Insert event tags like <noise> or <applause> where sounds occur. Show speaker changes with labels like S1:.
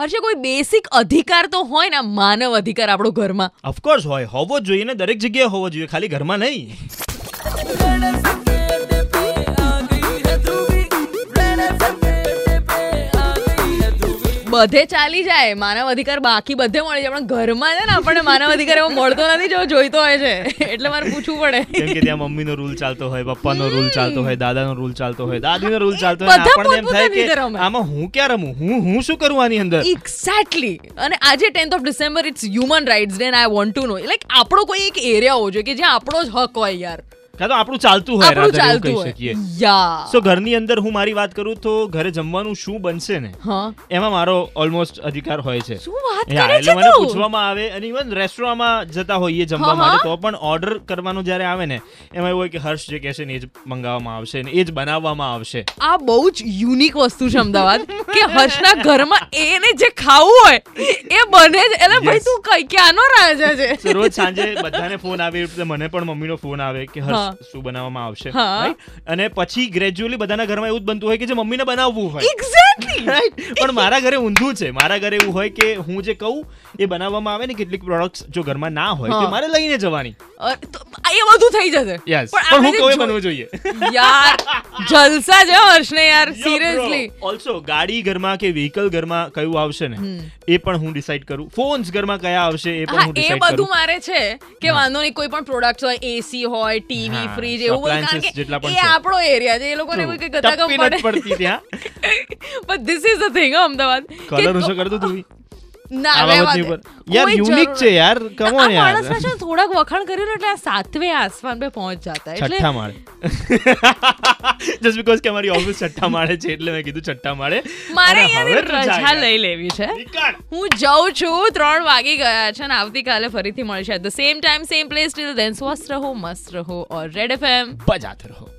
S1: હર્ષે કોઈ બેસિક અધિકાર તો હોય ને આ માનવ અધિકાર આપણો ઘરમાં
S2: ઓફકોર્સ હોય હોવો જ જોઈએ ને દરેક જગ્યાએ હોવો જોઈએ ખાલી ઘરમાં નહીં
S1: બધે ચાલી જાય માનવ અધિકાર બાકી બધે મળે છે પણ ઘરમાં છે ને આપણને માનવ અધિકાર એવો મળતો નથી જો જોઈતો હોય છે એટલે મારે પૂછવું પડે
S2: કેમ કે ત્યાં મમ્મીનો રૂલ ચાલતો હોય પપ્પાનો રૂલ ચાલતો હોય દાદાનો રૂલ ચાલતો હોય દાદીનો રૂલ ચાલતો હોય અને
S1: બધા
S2: આપણને એમ થાય
S1: પોતપોતાની
S2: કે
S1: રીતે રમે.
S2: આમાં હું ક્યાં રમું હું હું શું કરું આની અંદર
S1: એક્ઝેક્ટલી અને આજે tenth of December it's human rights day I want to know like આપણો કોઈ એક એરિયા હોવો જોઈએ કે જ્યાં આપણો જ હક હોય યાર
S2: કાં તો આપણું ચાલતું હોય
S1: આપણું
S2: rather એવું
S1: ચાલતું
S2: કહી
S1: હોય
S2: શકીએ
S1: યા
S2: સો ઘરની અંદર હું મારી વાત કરું તો ઘરે જમવાનું શું બનશે ને
S1: હા
S2: એમાં મારો ઓલમોસ્ટ અધિકાર હોય છે
S1: શું વાત
S2: યા,
S1: કરે
S2: એટલે
S1: છે
S2: મને
S1: તું?
S2: પૂછવામાં આવે અને ઇવન રેસ્ટોરાંમાં જતા હોઈએ જમવા
S1: હા, હા.
S2: માટે તો પણ ઓર્ડર કરવાનું જ્યારે આવે ને એમાં એવું હોય કે હર્ષ જે કહેશે ને એ જ મંગાવવામાં આવશે ને એ જ બનાવવામાં આવશે
S1: આ બહુ જ યુનિક વસ્તુ છે અમદાવાદ કે હર્ષના ઘરમાં એને જે ખાવું હોય એ બને જ એટલે ભાઈ
S2: Yes.
S1: તું કઈ ક્યાંનો રાજા છે <laughs>
S2: So, રોજ સાંજે બધાને ફોન આવે એ રીતે મને પણ મમ્મીનો ફોન આવે કે હર્ષ શું બનાવવામાં આવશે
S1: હા.
S2: Right? અને પછી ગ્રેજ્યુઅલી બધાના ઘરમાં એવું જ બનતું હોય કે જે મમ્મીને બનાવવું હોય
S1: એક્ઝેક્ટલી
S2: Right? પણ મારા ઘરે ઊંધું છે મારા ઘરે એવું હોય કે હું જે કહું એ બનાવવામાં આવે ને કેટલીક પ્રોડક્ટ્સ જો ઘરમાં ના હોય તો
S1: હા.
S2: મારે લઈને જવાની
S1: એ બધું થઈ જશે
S2: યસ પણ
S1: આપણે
S2: હું
S1: જે
S2: કહું એ
S1: જો-
S2: બનવું જોઈએ
S1: <laughs> યાર જલસા છે હર્ષને યાર સિરિયસલી
S2: ઓલ્સો ગાડી ઘરમાં કે વ્હીકલ ઘરમાં કયું આવશે ને એ પણ હું ડિસાઈડ કરું ફોન્સ ઘરમાં કયા આવશે એ પણ
S1: હા એ
S2: હું ડિસાઈડ
S1: બધું
S2: કરું
S1: મારે છે કે વાંધો નહીં કોઈ પણ પ્રોડક્ટ હોય એસી હોય ટીવી
S2: હા,
S1: ફ્રીજ એવું બધું કારણ કે
S2: appliances જેટલા પણ
S1: એ
S2: છે.
S1: આપણો એરિયા છે એ લોકોને કોઈ કઈ ગતા
S2: ટપ્પી નથી
S1: <laughs>
S2: પડતી ત્યાં
S1: but this is the thing Ahmedabad કે
S2: કલર ઓછો કરતો તું બી.
S1: ના
S2: આ
S1: બે
S2: બાબતની
S1: વાત
S2: ઉપર યાર
S1: કોઈ
S2: યુનિક
S1: જરૂર
S2: છે યાર કમ
S1: આ
S2: ઓન યાર
S1: માણસના છે ને થોડાક વખાણ કર્યું ને એટલે આ સાતમે આસમાન પે પહોંચ જાતા એટલે
S2: છઠ્ઠા માળે <laughs> જસ્ટ બીકોઝ કે અમારી ઓફિસ છઠ્ઠા માળે છે એટલે મેં કીધું છઠ્ઠા માળે
S1: મારે
S2: અને હવે
S1: અહીંયાથી
S2: રજા
S1: રજા
S2: યાર.
S1: લઈ લેવી છે
S2: નીકળ.
S1: હું જઉં છું ત્રણ વાગી ગયા છે અને આવતીકાલે ફરીથી મળશે the same time same place till then સ્વસ્થ રહો મસ્ત રહો ઓર રેડ એફએમ
S2: બજાત રહો